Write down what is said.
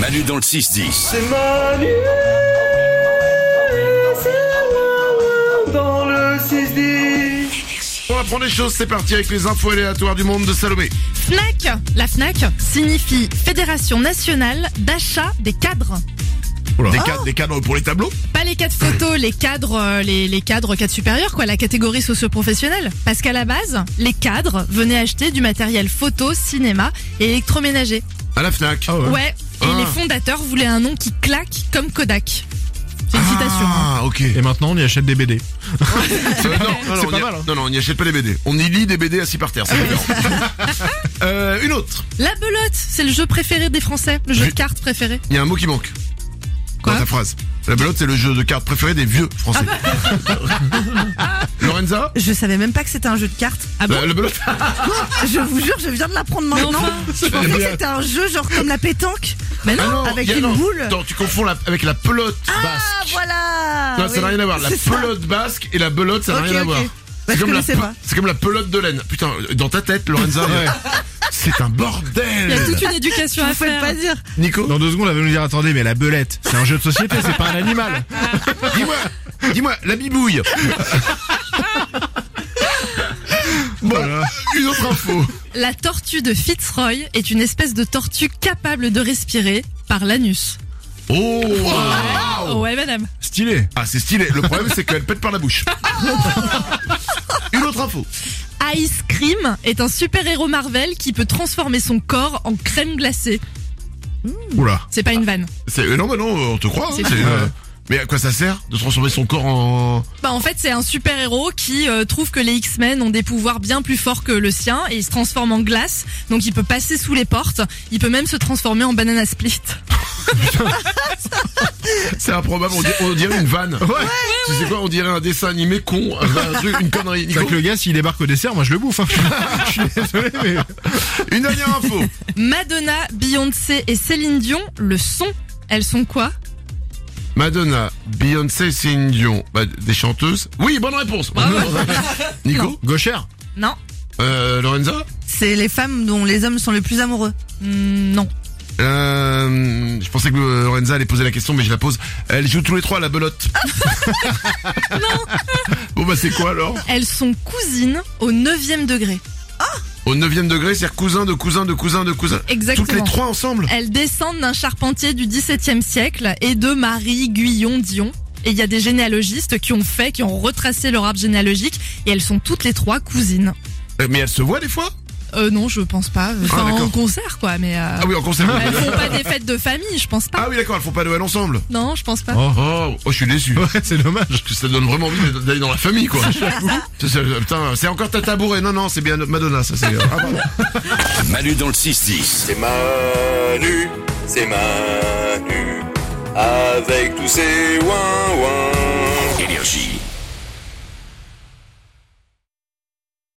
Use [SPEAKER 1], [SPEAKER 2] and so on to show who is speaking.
[SPEAKER 1] Manu dans le 6-10.
[SPEAKER 2] C'est Manu c'est moi dans le 6-10.
[SPEAKER 3] On apprend des choses, c'est parti avec les infos aléatoires du monde de Salomé.
[SPEAKER 4] FNAC, la FNAC signifie Fédération nationale d'achat des cadres.
[SPEAKER 3] Des, cadres, des cadres pour les tableaux
[SPEAKER 4] Pas les cadres photos, les cadres, euh, les, les cadres cadres supérieurs, quoi, la catégorie socio-professionnelle. Parce qu'à la base, les cadres venaient acheter du matériel photo, cinéma et électroménager.
[SPEAKER 3] à la FNAC.
[SPEAKER 4] Ouais. Et
[SPEAKER 3] Ah.
[SPEAKER 4] les fondateurs voulaient un nom qui claque comme Kodak. C'est une citation. hein.
[SPEAKER 3] Ah, ok.
[SPEAKER 5] Et maintenant, on y achète des BD.
[SPEAKER 3] Euh, non, non,
[SPEAKER 5] c'est
[SPEAKER 3] on
[SPEAKER 5] pas
[SPEAKER 3] y-
[SPEAKER 5] mal, hein.
[SPEAKER 3] non, non, on n'y achète pas les BD. On y lit des BD assis par terre, c'est différent. Euh, Une autre.
[SPEAKER 4] La belote, c'est le jeu préféré des Français, le jeu
[SPEAKER 3] Oui.
[SPEAKER 4] de cartes préféré.
[SPEAKER 3] Il y a un mot qui manque.
[SPEAKER 4] Quoi
[SPEAKER 3] dans ta phrase. La belote, c'est le jeu de cartes préféré des vieux français.
[SPEAKER 6] Ah bah.
[SPEAKER 3] Lorenza
[SPEAKER 6] Je savais même pas que c'était un jeu de cartes.
[SPEAKER 4] Ah bon
[SPEAKER 3] la, la belote
[SPEAKER 6] Je vous jure, je viens de l'apprendre
[SPEAKER 4] Mais
[SPEAKER 6] maintenant.
[SPEAKER 4] enfin.
[SPEAKER 6] Je pensais que c'était un jeu genre comme la pétanque.
[SPEAKER 4] Bah
[SPEAKER 6] Mais
[SPEAKER 3] Ah non,
[SPEAKER 6] avec
[SPEAKER 3] y a-
[SPEAKER 6] une
[SPEAKER 3] non,
[SPEAKER 6] boule.
[SPEAKER 3] attends, tu confonds la- avec la pelote basque.
[SPEAKER 6] Ah voilà.
[SPEAKER 3] Non, ça
[SPEAKER 6] Ah oui.
[SPEAKER 3] n'a rien à voir. La
[SPEAKER 6] C'est ça.
[SPEAKER 3] pelote basque et la belote, ça n'a
[SPEAKER 6] Ok,
[SPEAKER 3] rien à
[SPEAKER 6] ok.
[SPEAKER 3] voir.
[SPEAKER 6] Bah, je
[SPEAKER 3] comme la,
[SPEAKER 6] connaissais
[SPEAKER 3] pe-
[SPEAKER 6] pas.
[SPEAKER 3] c'est comme la pelote de laine. Putain, dans ta tête, Lorenza. C'est un
[SPEAKER 4] Il y a toute
[SPEAKER 3] bordel.
[SPEAKER 4] une
[SPEAKER 6] Je
[SPEAKER 4] éducation à
[SPEAKER 6] vous fais
[SPEAKER 4] faire.
[SPEAKER 6] pas dire.
[SPEAKER 3] Nico,
[SPEAKER 5] Dans deux secondes, elle va nous dire attendez, mais la belette, c'est un jeu de société, c'est pas un animal.
[SPEAKER 3] dis-moi, dis-moi, la bibouille. bon, une autre info.
[SPEAKER 4] La tortue de Fitzroy est une espèce de tortue capable de respirer par l'anus.
[SPEAKER 3] Oh
[SPEAKER 4] Ouais, madame.
[SPEAKER 5] Stylé.
[SPEAKER 3] Ah, c'est stylé. Le problème, c'est qu'elle pète par la bouche. une autre info.
[SPEAKER 4] Ice Cream est un super-héros Marvel qui peut transformer son corps en crème glacée.
[SPEAKER 3] Oula.
[SPEAKER 4] C'est pas une vanne.
[SPEAKER 3] C'est euh, non, mais non, euh, on te croit. hein,
[SPEAKER 4] C'est
[SPEAKER 3] c'est,
[SPEAKER 5] tout.
[SPEAKER 3] euh, mais à quoi ça sert de transformer son corps en
[SPEAKER 4] Bah en fait, c'est un super-héros qui euh, trouve que les X-Men ont des pouvoirs bien plus forts que le sien et il se transforme en glace. Donc il peut passer sous les portes, il peut même se transformer en banana split.
[SPEAKER 3] C'est improbable. On dirait, on dirait une vanne. Ouais. Tu sais quoi On dirait un dessin animé con, un truc, une connerie.
[SPEAKER 5] C'est
[SPEAKER 3] Nico,
[SPEAKER 5] vrai que le gars, s'il débarque au dessert, moi je le bouffe. hein. Je suis désolé, mais.
[SPEAKER 3] une dernière info.
[SPEAKER 4] Madonna, Beyoncé et Céline Dion, le son, elles sont quoi
[SPEAKER 3] Madonna, Beyoncé, Céline Dion, bah, des chanteuses. Oui, bonne réponse. Nico,
[SPEAKER 5] Gauchère
[SPEAKER 4] Non.
[SPEAKER 3] euh, Lorenza,
[SPEAKER 6] C'est les femmes dont les hommes sont les plus amoureux.
[SPEAKER 4] Hmm, non.
[SPEAKER 3] euh, je pensais que euh, Lorenza allait poser la question, mais je la pose. Elle joue tous les trois à la belote. Bon bah c'est quoi alors
[SPEAKER 4] Elles sont cousines au 9 degré.
[SPEAKER 3] Au 9 degré, c'est cousin de cousin de cousin de cousin.
[SPEAKER 4] Exactement.
[SPEAKER 3] Toutes les trois ensemble.
[SPEAKER 4] Elles descendent d'un charpentier du XVIIe siècle et de Marie Guyon Dion. Et il y a des généalogistes qui ont fait, qui ont retracé leur arbre généalogique et elles sont toutes les trois cousines.
[SPEAKER 3] Euh, Mais elles se voient des fois
[SPEAKER 4] Euh, non, je pense pas. Enfin,
[SPEAKER 3] Ah, d'accord.
[SPEAKER 4] en concert, quoi, mais. Euh...
[SPEAKER 3] Ah oui, en concert.
[SPEAKER 4] Elles font pas des fêtes de famille, je pense pas.
[SPEAKER 3] Ah oui, d'accord, elles font pas Noël ensemble.
[SPEAKER 4] Non, je pense pas.
[SPEAKER 5] Oh.
[SPEAKER 3] Oh, oh, je suis déçu.
[SPEAKER 5] Ouais, c'est dommage.
[SPEAKER 3] Parce que ça donne vraiment envie d'aller dans la famille, quoi. C'est- c'est- Putain, c'est encore ta tabouret. Non, non, c'est bien Madonna, ça c'est. Ah, pardon.
[SPEAKER 1] Manu dans le 6-10.
[SPEAKER 2] C'est Manu, c'est Manu, avec tous ses ouin ouin.
[SPEAKER 1] Énergie.